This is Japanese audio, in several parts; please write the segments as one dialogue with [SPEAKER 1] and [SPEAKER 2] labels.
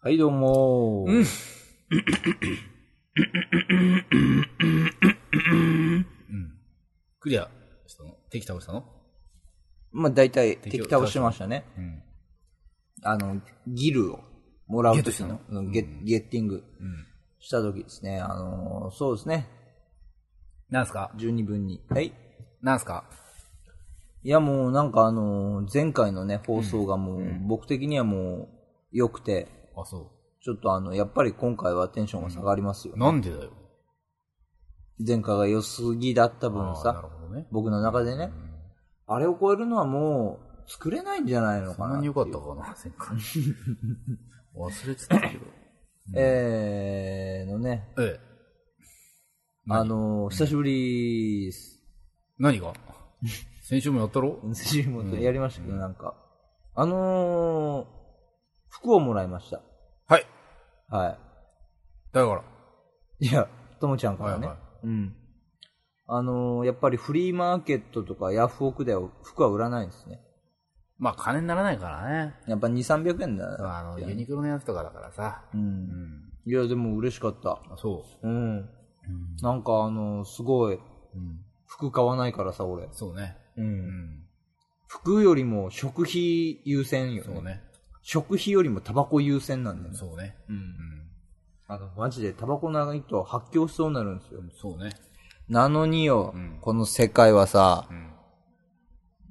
[SPEAKER 1] はい、どうもー。
[SPEAKER 2] うん
[SPEAKER 3] クリアしたの敵倒したの
[SPEAKER 1] まあ、大体、
[SPEAKER 3] 敵
[SPEAKER 1] 敵
[SPEAKER 3] を
[SPEAKER 1] 倒しましたね。
[SPEAKER 3] うん。
[SPEAKER 1] あの、ギルをもらう
[SPEAKER 3] ゲット
[SPEAKER 1] 時
[SPEAKER 3] したの
[SPEAKER 1] の、うんゲゲッティングした時ですね。あのー、そうですね。
[SPEAKER 3] なんすか
[SPEAKER 1] 十二分に。はい。
[SPEAKER 3] なんすか
[SPEAKER 1] いや、もうなんかあのー、前回のね、放送がもう、僕的にはもう、良くて、
[SPEAKER 3] あ、そ
[SPEAKER 1] ちょっとあの、やっぱり今回はテンションが下がりますよ。
[SPEAKER 3] う。なんでだよ。
[SPEAKER 1] 前回が良すぎだった分
[SPEAKER 3] あーなる
[SPEAKER 1] さ、
[SPEAKER 3] ほどね。
[SPEAKER 1] 僕の中でね、あれを超えるのはもう、作れないんじゃないの
[SPEAKER 3] そ
[SPEAKER 1] か
[SPEAKER 3] んな
[SPEAKER 1] な
[SPEAKER 3] に。良かったかな、前 回。忘れてたけど。
[SPEAKER 1] えー、のね、
[SPEAKER 3] ええ。
[SPEAKER 1] あのー、久しぶりです。
[SPEAKER 3] 何 が先週もやったろ
[SPEAKER 1] 寿司もやりましたけど、なんか。あのー、服をもらいました。
[SPEAKER 3] はい。
[SPEAKER 1] は
[SPEAKER 3] だから。
[SPEAKER 1] い。いや、ともちゃんか
[SPEAKER 3] は
[SPEAKER 1] ら
[SPEAKER 3] い
[SPEAKER 1] ね。
[SPEAKER 3] は
[SPEAKER 1] うん。あのー、やっぱりフリーマーケットとかヤフオクでは服は売らないんですね。
[SPEAKER 3] い。まあ、金にならないからね。
[SPEAKER 1] やっぱ2、300円だな。
[SPEAKER 3] あの、ユニクロのやつとかだからさ。
[SPEAKER 1] う。
[SPEAKER 3] うんん。
[SPEAKER 1] いや、でも嬉しかった。
[SPEAKER 3] あそ
[SPEAKER 1] うん。
[SPEAKER 3] う。うん。
[SPEAKER 1] なんかあのー、すごい、
[SPEAKER 3] うん。
[SPEAKER 1] 服買わないからさ、俺。
[SPEAKER 3] そうね。
[SPEAKER 1] う。
[SPEAKER 3] うんん。
[SPEAKER 1] 服よりも食費優先よ
[SPEAKER 3] そう
[SPEAKER 1] ね。
[SPEAKER 3] ね。
[SPEAKER 1] 食費よりもタバコ優先なんだよね。
[SPEAKER 3] そうね。
[SPEAKER 1] うん
[SPEAKER 3] う。ん。
[SPEAKER 1] あの、マジでタバコ長いと発狂しそうになるんですよ。
[SPEAKER 3] そうね。
[SPEAKER 1] なのによ、
[SPEAKER 3] うん
[SPEAKER 1] この世界はさ
[SPEAKER 3] う、ん。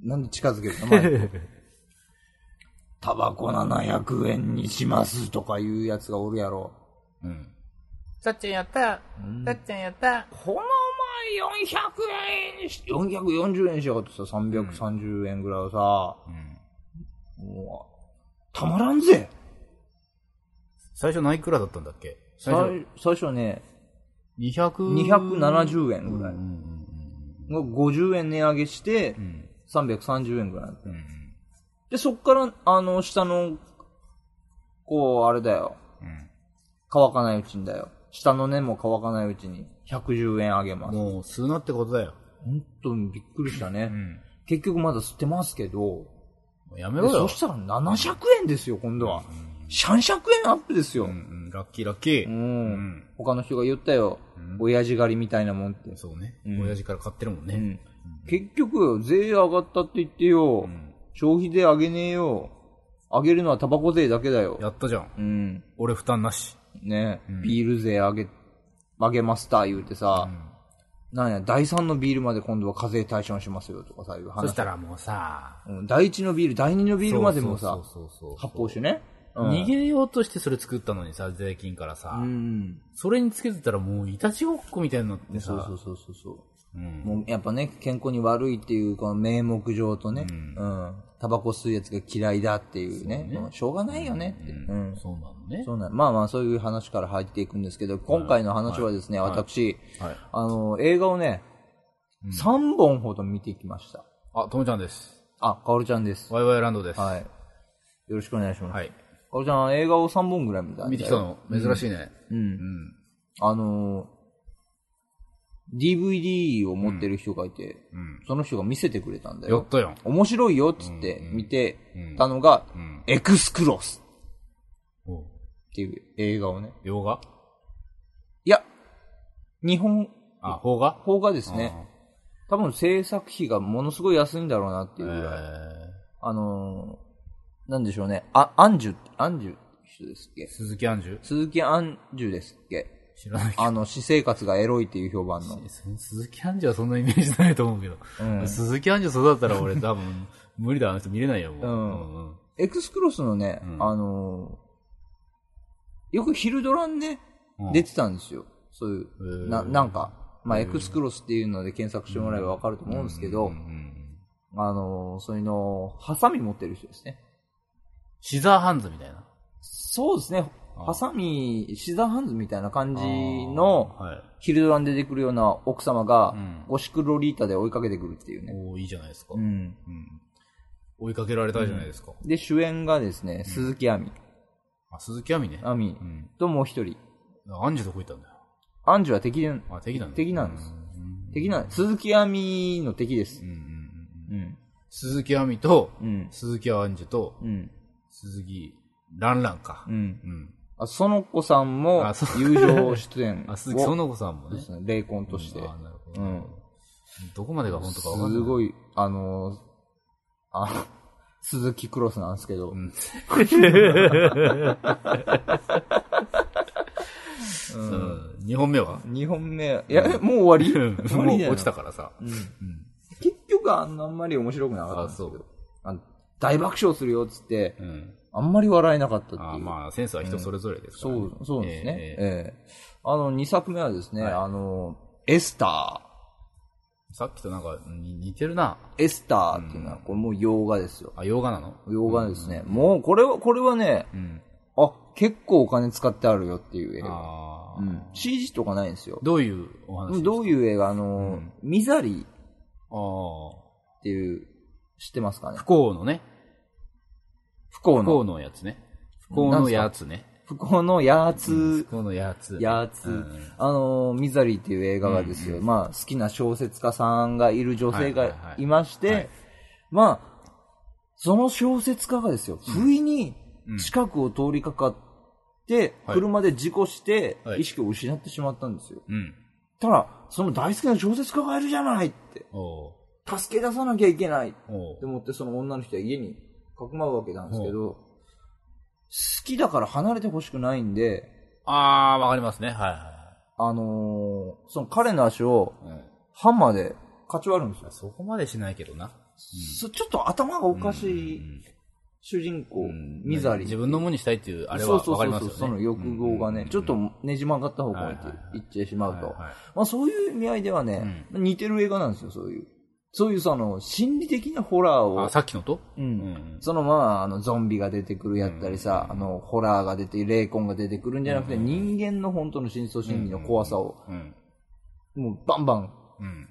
[SPEAKER 1] なんで近づけるの前にタバコ700円にしますとかいうやつがおるやろ。
[SPEAKER 3] うん。
[SPEAKER 2] さっちゃんやったさっちゃんやった
[SPEAKER 1] この前400円にし、440円にしやがってさ、330円ぐらいはさ、
[SPEAKER 3] うん。
[SPEAKER 1] もう、たまらんぜ
[SPEAKER 3] 最初何いくらだったんだっけ最初
[SPEAKER 1] 最最初ね、
[SPEAKER 3] 200
[SPEAKER 1] 270円ぐらい。
[SPEAKER 3] うんうん
[SPEAKER 1] 50円値上げして
[SPEAKER 3] う、ん
[SPEAKER 1] 330円ぐらい。
[SPEAKER 3] うんうん
[SPEAKER 1] で、そっから、あの、下の、こう、あれだよ。
[SPEAKER 3] うん
[SPEAKER 1] 乾かないうちにだよ。下の根も乾かないうちに110円あげます。
[SPEAKER 3] もう吸うなってことだよ。
[SPEAKER 1] 本当にびっくりしたね。
[SPEAKER 3] ん。
[SPEAKER 1] 結局まだ吸ってますけど、
[SPEAKER 3] もうやめ
[SPEAKER 1] で
[SPEAKER 3] ろ
[SPEAKER 1] そ
[SPEAKER 3] よ。
[SPEAKER 1] したら700円ですよ、今度は。シャンシャク円アップですよ。
[SPEAKER 3] う
[SPEAKER 1] うんん。
[SPEAKER 3] うん、ラッキーラッキー。ん
[SPEAKER 1] 他の人が言ったよ。親父狩りみたいなもんって。
[SPEAKER 3] そうね
[SPEAKER 1] ん。
[SPEAKER 3] 親父から買ってるもん
[SPEAKER 1] う
[SPEAKER 3] ね。
[SPEAKER 1] ん。結局、税上がったって言ってよ。
[SPEAKER 3] ん
[SPEAKER 1] 消費税上げねえよ。上げるのはタバコ税だけだよ。
[SPEAKER 3] やったじゃん。
[SPEAKER 1] うん。
[SPEAKER 3] 俺負担なし。
[SPEAKER 1] ね、ビール税上げ、上げました言うてさ、なんや、第3のビールまで今度は課税対象にしますよとかさ、いう
[SPEAKER 3] そ
[SPEAKER 1] 話。
[SPEAKER 3] したらもうさ、
[SPEAKER 1] うん、第1のビール、第2のビールまでも
[SPEAKER 3] そ
[SPEAKER 1] さ
[SPEAKER 3] う、そうそうそう
[SPEAKER 1] 発泡酒ね。うん
[SPEAKER 3] 逃げようとしてそれ作ったのにさ、税金からさ
[SPEAKER 1] う、ん。
[SPEAKER 3] それにつけてたらもういたちごっこみたいになって
[SPEAKER 1] そう
[SPEAKER 3] さ
[SPEAKER 1] そ、うそうそうそう。
[SPEAKER 3] うん
[SPEAKER 1] もうやっぱね、健康に悪いっていう、この名目上とね、うん、タバコ吸うやつが嫌いだっていうね、もうしょうがないよねって。うん
[SPEAKER 3] そうなのね。
[SPEAKER 1] そうなんまあまあそういう話から入っていくんですけど、今回の話はですね、私、
[SPEAKER 3] はい
[SPEAKER 1] あの、映画をね、3本ほど見てきました。
[SPEAKER 3] あ、ともちゃんです。
[SPEAKER 1] あ、かおるちゃんです。
[SPEAKER 3] ワイワイランドです。。
[SPEAKER 1] はいい。よろしくお願いします。
[SPEAKER 3] はい。
[SPEAKER 1] かおるちゃん、映画を3本ぐらい見たんだよ
[SPEAKER 3] 見てきたの珍しいね。
[SPEAKER 1] う。
[SPEAKER 3] うんん。
[SPEAKER 1] あのー、DVD を持ってる人がいて、
[SPEAKER 3] うん。
[SPEAKER 1] その人が見せてくれたんだ
[SPEAKER 3] やっ
[SPEAKER 1] よ。
[SPEAKER 3] たやん。
[SPEAKER 1] 面白いよっつって見て
[SPEAKER 3] うん
[SPEAKER 1] たのが、
[SPEAKER 3] うん。
[SPEAKER 1] エクスクロス
[SPEAKER 3] おう
[SPEAKER 1] っていう映画をね。
[SPEAKER 3] 洋画
[SPEAKER 1] いや、日本、
[SPEAKER 3] あ、邦画
[SPEAKER 1] 邦画ですね。多分制作費がものすごい安いんだろうなっていう
[SPEAKER 3] え
[SPEAKER 1] ぐらい。
[SPEAKER 3] ー
[SPEAKER 1] あのー、なんでしょうね。あ、アンジュ、アンジュって人ですっけ
[SPEAKER 3] 鈴木杏樹
[SPEAKER 1] 鈴木アンジュですっけ
[SPEAKER 3] 知らないけ
[SPEAKER 1] あの、私生活がエロいっていう評判 の。
[SPEAKER 3] ど。鈴木杏樹はそんなイメージないと思うけど。鈴木杏樹そうだったら俺多分、無理だ、あの人見れないよ、もう。
[SPEAKER 1] うん
[SPEAKER 3] うんうん
[SPEAKER 1] エクスクロスのね、
[SPEAKER 3] ん
[SPEAKER 1] あのーよく昼ドラにね、
[SPEAKER 3] うん
[SPEAKER 1] 出てたんですよ。そうい
[SPEAKER 3] へ
[SPEAKER 1] う、
[SPEAKER 3] ー
[SPEAKER 1] な、なんか、まあ、エクスクロスっていうので検索してもらえばわかると思うんですけど、
[SPEAKER 3] うんうん
[SPEAKER 1] あのーそういうのを、ハサミ持ってる人ですね。
[SPEAKER 3] シザーハンズみたいな。
[SPEAKER 1] そうですね。
[SPEAKER 3] あ
[SPEAKER 1] ハサミ、シザーハンズみたいな感じの、
[SPEAKER 3] はい。
[SPEAKER 1] ヒルドラに出てくるような奥様が
[SPEAKER 3] うん、
[SPEAKER 1] ゴシクロリータで追いかけてくるっていうね。
[SPEAKER 3] おーいいじゃないですか
[SPEAKER 1] う。ん。
[SPEAKER 3] うん追いかけられたいじゃないですか。
[SPEAKER 1] で、主演がですね、鈴木亜美。
[SPEAKER 3] あ、鈴木亜美ね。
[SPEAKER 1] 亜美
[SPEAKER 3] うん。
[SPEAKER 1] ともう一人。
[SPEAKER 3] 杏樹どこ行ったんだよ。
[SPEAKER 1] アンジュは敵で、
[SPEAKER 3] あ、敵なんだ。
[SPEAKER 1] 敵なんです
[SPEAKER 3] うん
[SPEAKER 1] 敵なんです。鈴木亜美の敵です
[SPEAKER 3] うん。うんうんうん
[SPEAKER 1] うん。
[SPEAKER 3] 鈴木亜美と
[SPEAKER 1] う、ん。
[SPEAKER 3] 鈴木杏樹と、
[SPEAKER 1] うん。
[SPEAKER 3] 鈴木蘭蘭か
[SPEAKER 1] う。ん。
[SPEAKER 3] うん。
[SPEAKER 1] あ、園子さんも
[SPEAKER 3] あそ
[SPEAKER 1] 友情出演
[SPEAKER 3] あ、鈴木園子さんも
[SPEAKER 1] で
[SPEAKER 3] ね。
[SPEAKER 1] すね、霊魂として。
[SPEAKER 3] あなるほ
[SPEAKER 1] う
[SPEAKER 3] ど。
[SPEAKER 1] ん。
[SPEAKER 3] どこまでが本当かわかんない。
[SPEAKER 1] すごい、あのー、あ、鈴木クロスなんですけど、
[SPEAKER 3] ん うん。2本目は
[SPEAKER 1] 二2本目、いや、もう終わ
[SPEAKER 3] うん
[SPEAKER 1] り
[SPEAKER 3] もう落ちた。からさ。
[SPEAKER 1] 終わりだよな結局あんなあんまり面白くなかったんですけ
[SPEAKER 3] あそ
[SPEAKER 1] ど。あの大爆笑するよっつって、
[SPEAKER 3] うん。
[SPEAKER 1] あんまり笑えなかったっていう。
[SPEAKER 3] あまあ、センスは人それぞれですから
[SPEAKER 1] そ
[SPEAKER 3] ね
[SPEAKER 1] う、そうですね。え
[SPEAKER 3] えええ
[SPEAKER 1] えあの、2作目はですね、あの、エスタ
[SPEAKER 3] えさっきとなんかに似てるな。
[SPEAKER 1] ー。エスターっていうのは、これもう洋画ですよ。
[SPEAKER 3] あ、洋画なの
[SPEAKER 1] 洋画ですね。もう、これは、これはね、
[SPEAKER 3] うん。
[SPEAKER 1] あ、結構お金使ってあるよっていう映画。
[SPEAKER 3] ああ、
[SPEAKER 1] うん、CG とかないんですよ。
[SPEAKER 3] どういうお話ですか
[SPEAKER 1] どういう映画あの、ミザリーっ
[SPEAKER 3] ああ。
[SPEAKER 1] ていう、知ってますかね
[SPEAKER 3] 不幸のね。
[SPEAKER 1] 不幸
[SPEAKER 3] 不幸
[SPEAKER 1] の。
[SPEAKER 3] のやつね。不幸のやつね。
[SPEAKER 1] 不幸のやーつ
[SPEAKER 3] 不、幸のやつ。
[SPEAKER 1] やーつ、あの、ミザリーっていう映画がですよ、まあ、好きな小説家さんがいる女性
[SPEAKER 3] はいはいは
[SPEAKER 1] が
[SPEAKER 3] い
[SPEAKER 1] いまして、
[SPEAKER 3] はい
[SPEAKER 1] まあ、その小説家がですよ、不意に近くを通りかかって、
[SPEAKER 3] はい
[SPEAKER 1] 車で事故して
[SPEAKER 3] は、い
[SPEAKER 1] 意識を失ってしまったんですよ。
[SPEAKER 3] うん。
[SPEAKER 1] ただ、その大好きな小説家がいるじゃないって、
[SPEAKER 3] おう
[SPEAKER 1] 助け出さなきゃいけない。
[SPEAKER 3] おう
[SPEAKER 1] でもってその女の人は家にかくまうわけなんですけど、好きだから離れてほしくないんで、
[SPEAKER 3] ああ、わかりますね。はいは
[SPEAKER 1] あのーその彼の足を
[SPEAKER 3] いはい。うん
[SPEAKER 1] ハンマーでかち割るんですよ。
[SPEAKER 3] そこまでしないけどな。
[SPEAKER 1] そちょっと頭がおかしい主人公、ミザリー。
[SPEAKER 3] 自分のものにしたいっていう、あれ
[SPEAKER 1] そ
[SPEAKER 3] は
[SPEAKER 1] うそう
[SPEAKER 3] わかり
[SPEAKER 1] そう
[SPEAKER 3] ます
[SPEAKER 1] そう、
[SPEAKER 3] よね。
[SPEAKER 1] その欲望がね、ちょっとねじ曲がった方向に
[SPEAKER 3] はいはいはい
[SPEAKER 1] っていってしまうと。
[SPEAKER 3] はいはい
[SPEAKER 1] まあそういう意味合いではね、似てる映画なんですよ、そういう。そういうその、心理的なホラーを
[SPEAKER 3] あ、さっきのとうん
[SPEAKER 1] うんそのまあ、あの、ゾンビが出てくるやったりさ、あの、ホラーが出て、霊魂が出てくるんじゃなくて、人間の本当の真相心理の怖さを、
[SPEAKER 3] うん。
[SPEAKER 1] もうバンバン、
[SPEAKER 3] うん。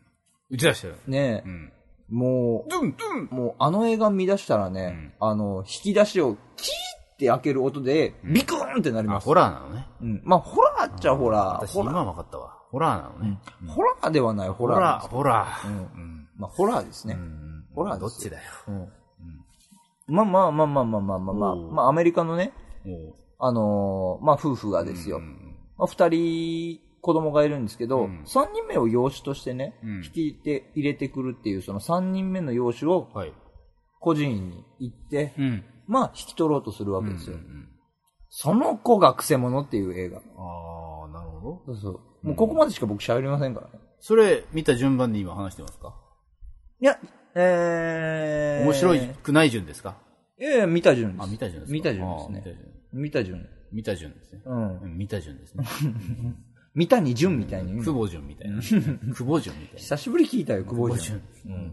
[SPEAKER 3] 打ち出してる。
[SPEAKER 1] ね
[SPEAKER 3] う、ん。
[SPEAKER 1] も
[SPEAKER 3] ドゥンドゥン
[SPEAKER 1] う、もうあの映画見出したらね、あの、引き出しをキーって開ける音で、ビクーンってなり
[SPEAKER 3] あ、
[SPEAKER 1] ます。
[SPEAKER 3] ホラーなのね。
[SPEAKER 1] うん。まあ、ホラーっちゃホラー。
[SPEAKER 3] 私、
[SPEAKER 1] ホ
[SPEAKER 3] 今
[SPEAKER 1] ラ
[SPEAKER 3] わかったわ。ホラーなのね。
[SPEAKER 1] ー、ホラーではない、ホ
[SPEAKER 3] ホ
[SPEAKER 1] ラー
[SPEAKER 3] ラ
[SPEAKER 1] なん
[SPEAKER 3] ー、
[SPEAKER 1] です。
[SPEAKER 3] ホラー。
[SPEAKER 1] うん。まあ、ホラーですね。
[SPEAKER 3] うん
[SPEAKER 1] ホラー
[SPEAKER 3] ど
[SPEAKER 1] で
[SPEAKER 3] っ
[SPEAKER 1] す
[SPEAKER 3] ち
[SPEAKER 1] よ
[SPEAKER 3] だよ。
[SPEAKER 1] まあまあまあまあまあまあまあまあ、
[SPEAKER 3] おー
[SPEAKER 1] まあ、アメリカのね、
[SPEAKER 3] も
[SPEAKER 1] あのーまあ、夫婦がですよ。
[SPEAKER 3] う。
[SPEAKER 1] まあ、二人子供がいるんですけ
[SPEAKER 3] う
[SPEAKER 1] ど
[SPEAKER 3] ん、
[SPEAKER 1] 三、人目を養子としてね、
[SPEAKER 3] うん
[SPEAKER 1] 引きて入れてくるっていう、その三人目の養子を
[SPEAKER 3] はい。
[SPEAKER 1] 個人院に行って、
[SPEAKER 3] うん。
[SPEAKER 1] まあ、引き取ろうとするわけです
[SPEAKER 3] う
[SPEAKER 1] よ。
[SPEAKER 3] ん。
[SPEAKER 1] その子がクセ者っていう映画。
[SPEAKER 3] ああ、なるほど。
[SPEAKER 1] そうそう。もうここまでしか僕喋りませんからね。
[SPEAKER 3] それ、見た順番で今話してますか
[SPEAKER 1] いや、えー、
[SPEAKER 3] 面白
[SPEAKER 1] い
[SPEAKER 3] くない順ですか
[SPEAKER 1] やいや、見た順です。
[SPEAKER 3] あ、見た順ですか
[SPEAKER 1] 見た順です
[SPEAKER 3] あー
[SPEAKER 1] ね。見た順。
[SPEAKER 3] 見た順。見た順ですね。
[SPEAKER 1] うん。
[SPEAKER 3] うん見た順ですね。
[SPEAKER 1] 三谷順みたいに言 う
[SPEAKER 3] 久
[SPEAKER 1] の。
[SPEAKER 3] 保順みたいな。久保順みたいな。
[SPEAKER 1] 久しぶり聞いたよ、久保
[SPEAKER 3] 久保
[SPEAKER 1] 順。
[SPEAKER 3] 順。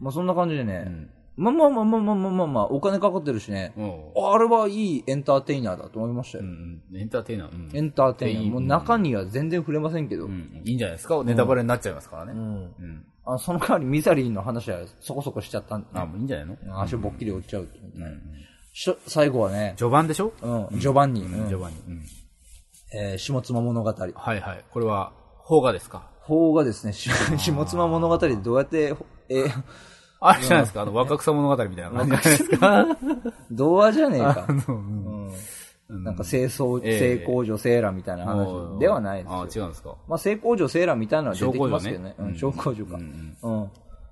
[SPEAKER 1] まあそんな感じでね。
[SPEAKER 3] ん
[SPEAKER 1] まあまあまあまあまあまあまあまあ、お金かかってるしね。
[SPEAKER 3] うん
[SPEAKER 1] あれはいいエンターテイナーだと思いましたよ。
[SPEAKER 3] うんうんエンターテイナー。うん
[SPEAKER 1] エンターテイナ
[SPEAKER 3] いい
[SPEAKER 1] ー。もう中身は全然触れませんけど。
[SPEAKER 3] うんいいんじゃないですかネタバレになっちゃいますからね。
[SPEAKER 1] うん
[SPEAKER 3] うん
[SPEAKER 1] あその代わりミザリーの話はそこそこしちゃったんで、
[SPEAKER 3] あ、もういいんじゃないの
[SPEAKER 1] 足をぼっきり折っちゃうってことねしょ最後はね、
[SPEAKER 3] 序盤でしょ
[SPEAKER 1] うん、序盤に、うん
[SPEAKER 3] 序盤に。うん
[SPEAKER 1] えー下妻物語。
[SPEAKER 3] はいはい。これは、邦画ですか
[SPEAKER 1] 法が ですね、し下妻物語でどうやって、えー、
[SPEAKER 3] あれじゃないですかあの、若草物語みたいな感じじゃないです か
[SPEAKER 1] 童話じゃねえか。
[SPEAKER 3] うん
[SPEAKER 1] なんか清掃、
[SPEAKER 3] ええ
[SPEAKER 1] 性工女セーラみたいな
[SPEAKER 3] も
[SPEAKER 1] 話
[SPEAKER 3] う
[SPEAKER 1] ではないですよ。
[SPEAKER 3] あ、違うんですか
[SPEAKER 1] まあ、性工女セーラみたいなのは出てきますけどね。小工女,、か。うん。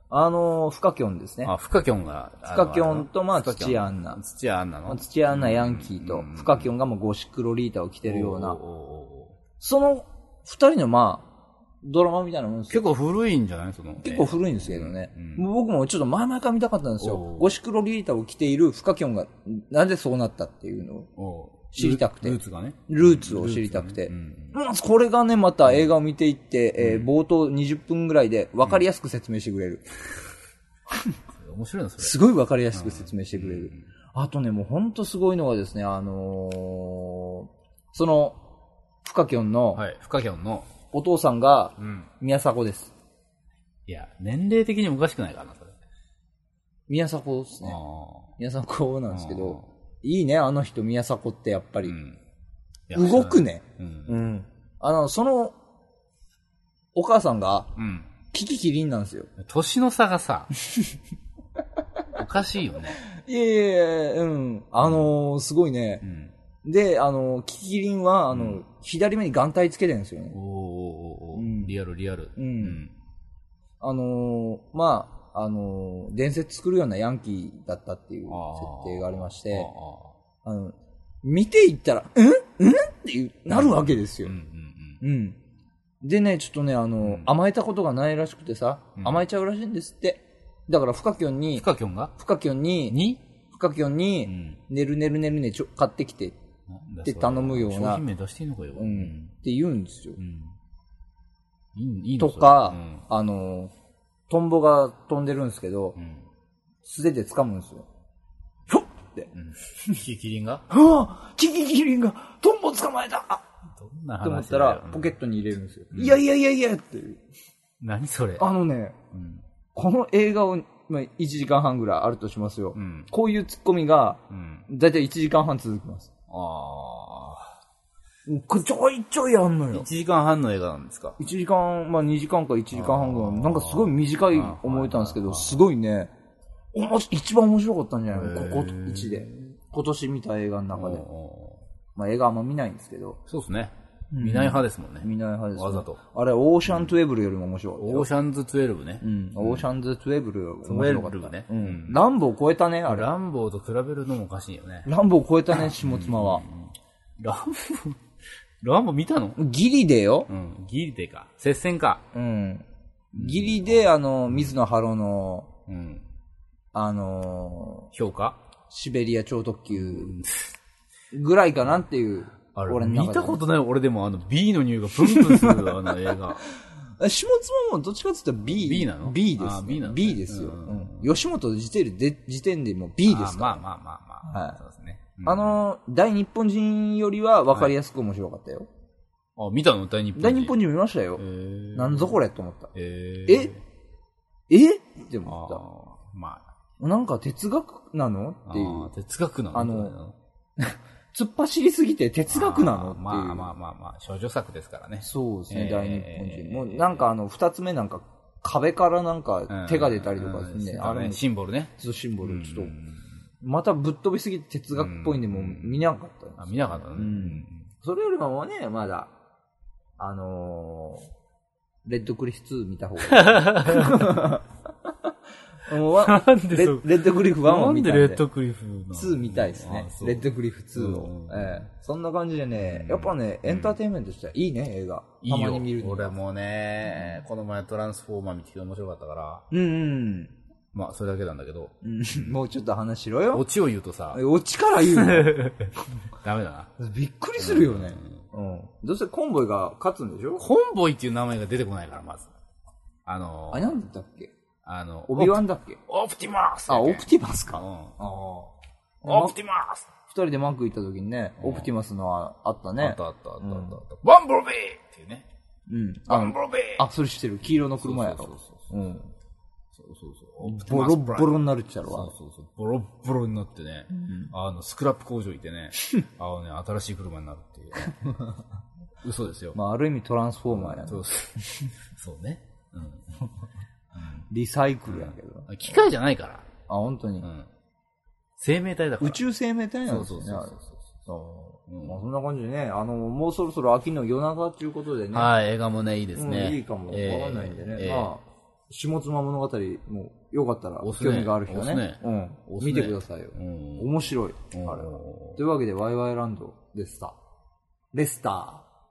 [SPEAKER 1] あのー、フカキョンですね。
[SPEAKER 3] あ、フカキョンが。フ
[SPEAKER 1] フカキョンと、まあ、土屋アンナ。
[SPEAKER 3] 土屋アンナの。
[SPEAKER 1] 土屋アンナヤンキーと、フカキョンがもうゴシックロリータを着てるよう
[SPEAKER 3] お
[SPEAKER 1] な
[SPEAKER 3] ー、おーお
[SPEAKER 1] その二人のまあ、ドラマみたいなもんで
[SPEAKER 3] ー
[SPEAKER 1] すよ。
[SPEAKER 3] 結構古いんじゃないその。
[SPEAKER 1] 結構
[SPEAKER 3] え
[SPEAKER 1] 古いんですけどね。もう僕もちょっと前々から見たかったんですよ。
[SPEAKER 3] おう
[SPEAKER 1] ゴシックロリータを着ているフカキョンが、なぜそうなったっていうのを、
[SPEAKER 3] ーおー
[SPEAKER 1] 知りたくて
[SPEAKER 3] ルーツがね。
[SPEAKER 1] ルーツを知りたくて。まあこれがね、また映画を見ていって、えー冒頭20分ぐらいで分かりやすく説明してくれる。
[SPEAKER 3] 面白いのそれ。
[SPEAKER 1] すごい分かりやすく説明してくれる。あとね、もうほんとすごいのがですね、あのーその、フカキョンの
[SPEAKER 3] はい。フカキョンの。
[SPEAKER 1] お父さんが
[SPEAKER 3] ん、
[SPEAKER 1] 宮迫です。
[SPEAKER 3] いや、年齢的にもおかしくないかな、それ。
[SPEAKER 1] 宮迫です
[SPEAKER 3] あ
[SPEAKER 1] ね。
[SPEAKER 3] あ。
[SPEAKER 1] 宮迫なんですけど、いいね、あの人、宮迫ってやっぱり。
[SPEAKER 3] ん
[SPEAKER 1] 動く。ね。
[SPEAKER 3] うん。
[SPEAKER 1] うん。あの、その、お母さんが、
[SPEAKER 3] うん。
[SPEAKER 1] キキキリンなんですよ。
[SPEAKER 3] 年の差がさ、 おかしいよね。
[SPEAKER 1] いえいえ、うん。あのーすごいね、
[SPEAKER 3] うん。
[SPEAKER 1] で、あの、キキリンは、あの、左目に眼帯つけてるんですよね
[SPEAKER 3] お。ーおーおーおー、
[SPEAKER 1] うん
[SPEAKER 3] リアルリアル。
[SPEAKER 1] うん
[SPEAKER 3] うん。
[SPEAKER 1] あのーまあ、あのー伝説作るようなヤンキーだったっていう設定がありまして、
[SPEAKER 3] あ
[SPEAKER 1] あの、見ていったら、うんうんっていうなるわけです
[SPEAKER 3] ー
[SPEAKER 1] よ
[SPEAKER 3] うんう。ん
[SPEAKER 1] うん。でね、ちょっとね、あのー甘えたことがないらしくてさ、
[SPEAKER 3] ん
[SPEAKER 1] 甘えちゃうらしいんですって。だから、フカキョン
[SPEAKER 3] うん。
[SPEAKER 1] に
[SPEAKER 3] ヒ、カキョンが
[SPEAKER 1] フカキョンに、
[SPEAKER 3] に
[SPEAKER 1] フカキョン
[SPEAKER 3] う
[SPEAKER 1] に、
[SPEAKER 3] ん。
[SPEAKER 1] ねるねるねるねちょ買ってきてっ
[SPEAKER 3] なんだ
[SPEAKER 1] て
[SPEAKER 3] それ
[SPEAKER 1] 頼むような
[SPEAKER 3] 商品名出していいのかよ。
[SPEAKER 1] うんて言うんですよ
[SPEAKER 3] う。ん。いい、いいの
[SPEAKER 1] とか、
[SPEAKER 3] それうん
[SPEAKER 1] あのートンボが飛んでるんですけど
[SPEAKER 3] う、ん。
[SPEAKER 1] 素手で掴むんですよ。ひょっって。
[SPEAKER 3] うん。キキリンが
[SPEAKER 1] はあキキキリンがトンボ捕まえたあ
[SPEAKER 3] どんな
[SPEAKER 1] って思っ
[SPEAKER 3] 話
[SPEAKER 1] た
[SPEAKER 3] だよ
[SPEAKER 1] ら、ポケットに入れるんですよ。
[SPEAKER 3] ん
[SPEAKER 1] いやいやいやいやっていう。
[SPEAKER 3] 何それ
[SPEAKER 1] あのね、
[SPEAKER 3] うん。
[SPEAKER 1] この映画を、まあ、1時間半ぐらいあるとしますよ。
[SPEAKER 3] うん。
[SPEAKER 1] こういうツッコミが、
[SPEAKER 3] うん。
[SPEAKER 1] だいたい1時間半続きます。
[SPEAKER 3] あ
[SPEAKER 1] これちょいちょいあんの
[SPEAKER 3] あ。1
[SPEAKER 1] よ。
[SPEAKER 3] 時間半の映画なんですか
[SPEAKER 1] 1時間、まあ2時間か1時間半ぐら
[SPEAKER 3] あ
[SPEAKER 1] い。
[SPEAKER 3] ー
[SPEAKER 1] なんかすごい短い思えたんですけど、すごいね、おもし一番面白かったんじゃないの
[SPEAKER 3] へー
[SPEAKER 1] ここ1で。今年見た映画の中で。
[SPEAKER 3] おー
[SPEAKER 1] まあ映画あんま見ないんですけど、
[SPEAKER 3] そうですね。見ない派ですもんね。
[SPEAKER 1] 見ない派です、ね。
[SPEAKER 3] わざと。
[SPEAKER 1] あれ、オーシャントゥエブルよりも面白かったよ
[SPEAKER 3] オーシャンズ12ね。
[SPEAKER 1] うん、オーシャンズ12面白かった。
[SPEAKER 3] 12ね
[SPEAKER 1] うん
[SPEAKER 3] うん
[SPEAKER 1] ランボー超えたね、あれ。
[SPEAKER 3] ランボーと比べるのもおかしいよね。
[SPEAKER 1] ランボー超えたね、下妻は。
[SPEAKER 3] ランボー、ランボー見たの
[SPEAKER 1] ギリでよ
[SPEAKER 3] う。ん。ギリでか。接戦か。
[SPEAKER 1] うん。ギリで、あの、水野ハロの、
[SPEAKER 3] うん。
[SPEAKER 1] あの
[SPEAKER 3] 評価
[SPEAKER 1] ー、シベリア超特急ぐらいかなっていう。
[SPEAKER 3] あれ、
[SPEAKER 1] 俺の中
[SPEAKER 3] 見
[SPEAKER 1] で
[SPEAKER 3] たことない俺でもあの B の匂いがプンプンするあの映画。
[SPEAKER 1] あ下妻もどっちかって言ったら B。
[SPEAKER 3] B なの
[SPEAKER 1] B です、
[SPEAKER 3] あ B なのね
[SPEAKER 1] ですよ。う
[SPEAKER 3] うん
[SPEAKER 1] ん。吉本時点で、時点でもう B ですから。
[SPEAKER 3] あーまあまあまあまあ。
[SPEAKER 1] はい
[SPEAKER 3] そうですね。うん
[SPEAKER 1] あのー、大日本人よりは分かりやすく面白かったよ。
[SPEAKER 3] あ、見たの大日本人。
[SPEAKER 1] 大日本人見ましたよ。
[SPEAKER 3] 人
[SPEAKER 1] なんぞこれと思った。
[SPEAKER 3] え
[SPEAKER 1] ええって
[SPEAKER 3] あ
[SPEAKER 1] 思っ
[SPEAKER 3] ーまあ、
[SPEAKER 1] た。なんか哲学なの
[SPEAKER 3] あ
[SPEAKER 1] ってい
[SPEAKER 3] ー
[SPEAKER 1] う。
[SPEAKER 3] 哲学なの
[SPEAKER 1] あの、突っ走りすぎて哲学なのっ
[SPEAKER 3] あー
[SPEAKER 1] ていう。
[SPEAKER 3] まあまあまあまあ、少女作ですからね。
[SPEAKER 1] そうですね、
[SPEAKER 3] え
[SPEAKER 1] 大日本
[SPEAKER 3] ー
[SPEAKER 1] 人。もうなんかあの、二つ目なんか壁からなんか手が出たりとかです
[SPEAKER 3] うんうん
[SPEAKER 1] ね。
[SPEAKER 3] うん
[SPEAKER 1] あれもちょ
[SPEAKER 3] シンボルね。
[SPEAKER 1] っとシンボル、ちょっ
[SPEAKER 3] う
[SPEAKER 1] と。
[SPEAKER 3] ん
[SPEAKER 1] またぶっ飛びすぎて哲学っぽいんで、もう見なかったん
[SPEAKER 3] あ
[SPEAKER 1] です
[SPEAKER 3] 見なかったね。
[SPEAKER 1] うんそれよりももうね、まだ、あのー、レッドクリフ2見た方が いい。もうわ
[SPEAKER 3] なんで
[SPEAKER 1] レ
[SPEAKER 3] そう
[SPEAKER 1] レッドクリフ1
[SPEAKER 3] な
[SPEAKER 1] を
[SPEAKER 3] ん
[SPEAKER 1] 見た
[SPEAKER 3] で
[SPEAKER 1] んで
[SPEAKER 3] レッドクリフの
[SPEAKER 1] 2みたいですね
[SPEAKER 3] あ。そう
[SPEAKER 1] レッドクリフ2を。
[SPEAKER 3] うん
[SPEAKER 1] ええそんな感じでね
[SPEAKER 3] う、ん
[SPEAKER 1] やっぱね、エンターテインメントとしてはいいね、映画。
[SPEAKER 3] いい
[SPEAKER 1] た
[SPEAKER 3] よ
[SPEAKER 1] まに見るには
[SPEAKER 3] 俺もね、この前トランスフォーマー見てきて面白かったから、
[SPEAKER 1] うん
[SPEAKER 3] まあ、それだけなんだけど、
[SPEAKER 1] うんうん。もうちょっと話しろよ
[SPEAKER 3] オ。チを言うとさ、
[SPEAKER 1] オチから言う
[SPEAKER 3] ダメだな。
[SPEAKER 1] の。びっくりするよね。うん。どうせコンボイが勝つんでしょ
[SPEAKER 3] コンボイっていう名前が出てこないから、まず。あの
[SPEAKER 1] あ、、なんだったっけ
[SPEAKER 3] あの、
[SPEAKER 1] オビワンだっけ
[SPEAKER 3] オプティマス
[SPEAKER 1] あ、オプティマス
[SPEAKER 3] ィ
[SPEAKER 1] か。あ
[SPEAKER 3] マ
[SPEAKER 1] あ。
[SPEAKER 3] オ
[SPEAKER 1] ま
[SPEAKER 3] プティマス
[SPEAKER 1] 二人でマーク行った時にね、オプティマスのはあった
[SPEAKER 3] あっ
[SPEAKER 1] ね。
[SPEAKER 3] たあったあったあったあった。バンブルビーっていうね。
[SPEAKER 1] うん。あ
[SPEAKER 3] バン
[SPEAKER 1] の
[SPEAKER 3] ブ、ルビー
[SPEAKER 1] あ、それしてる。黄色の車や
[SPEAKER 3] そう
[SPEAKER 1] ろ。
[SPEAKER 3] そう
[SPEAKER 1] う。
[SPEAKER 3] そうんそうそうそう。オプティ
[SPEAKER 1] ボ
[SPEAKER 3] マ
[SPEAKER 1] ロ
[SPEAKER 3] スプライム
[SPEAKER 1] ボロになるっちゃろ
[SPEAKER 3] そう
[SPEAKER 1] わ。
[SPEAKER 3] そうそう、ボロッボロになってね、あの、スクラップ工場行ってね、あのね、新しい車になるっていう、 嘘ですよ。
[SPEAKER 1] まあ、ある意味トランスフォーマーやね
[SPEAKER 3] そうそうそうね、う
[SPEAKER 1] リサイクルやけど。
[SPEAKER 3] ん。機械じゃないから、
[SPEAKER 1] あ、本当に
[SPEAKER 3] う。ん。生命体だから。
[SPEAKER 1] 宇宙生命体な
[SPEAKER 3] そ
[SPEAKER 1] ん
[SPEAKER 3] う
[SPEAKER 1] です
[SPEAKER 3] そ
[SPEAKER 1] よ
[SPEAKER 3] う
[SPEAKER 1] ね、
[SPEAKER 3] そ
[SPEAKER 1] あ
[SPEAKER 3] う
[SPEAKER 1] れ
[SPEAKER 3] そうそう。
[SPEAKER 1] そう。まあ、そんな感じでね、あの、もうそろそろ秋の夜長ということでね。
[SPEAKER 3] はい、映画もね、いいですね。
[SPEAKER 1] うんいいかも。
[SPEAKER 3] えー
[SPEAKER 1] わかんないんでね。
[SPEAKER 3] えー
[SPEAKER 1] まあ、下妻物語も、よかったら
[SPEAKER 3] お、すね
[SPEAKER 1] 興味がある人はね
[SPEAKER 3] おすね
[SPEAKER 1] うん
[SPEAKER 3] おすね
[SPEAKER 1] 見てくださいよ。
[SPEAKER 3] うん
[SPEAKER 1] 面白い。あれは。というわけで、ワイワイランドでした。レスター。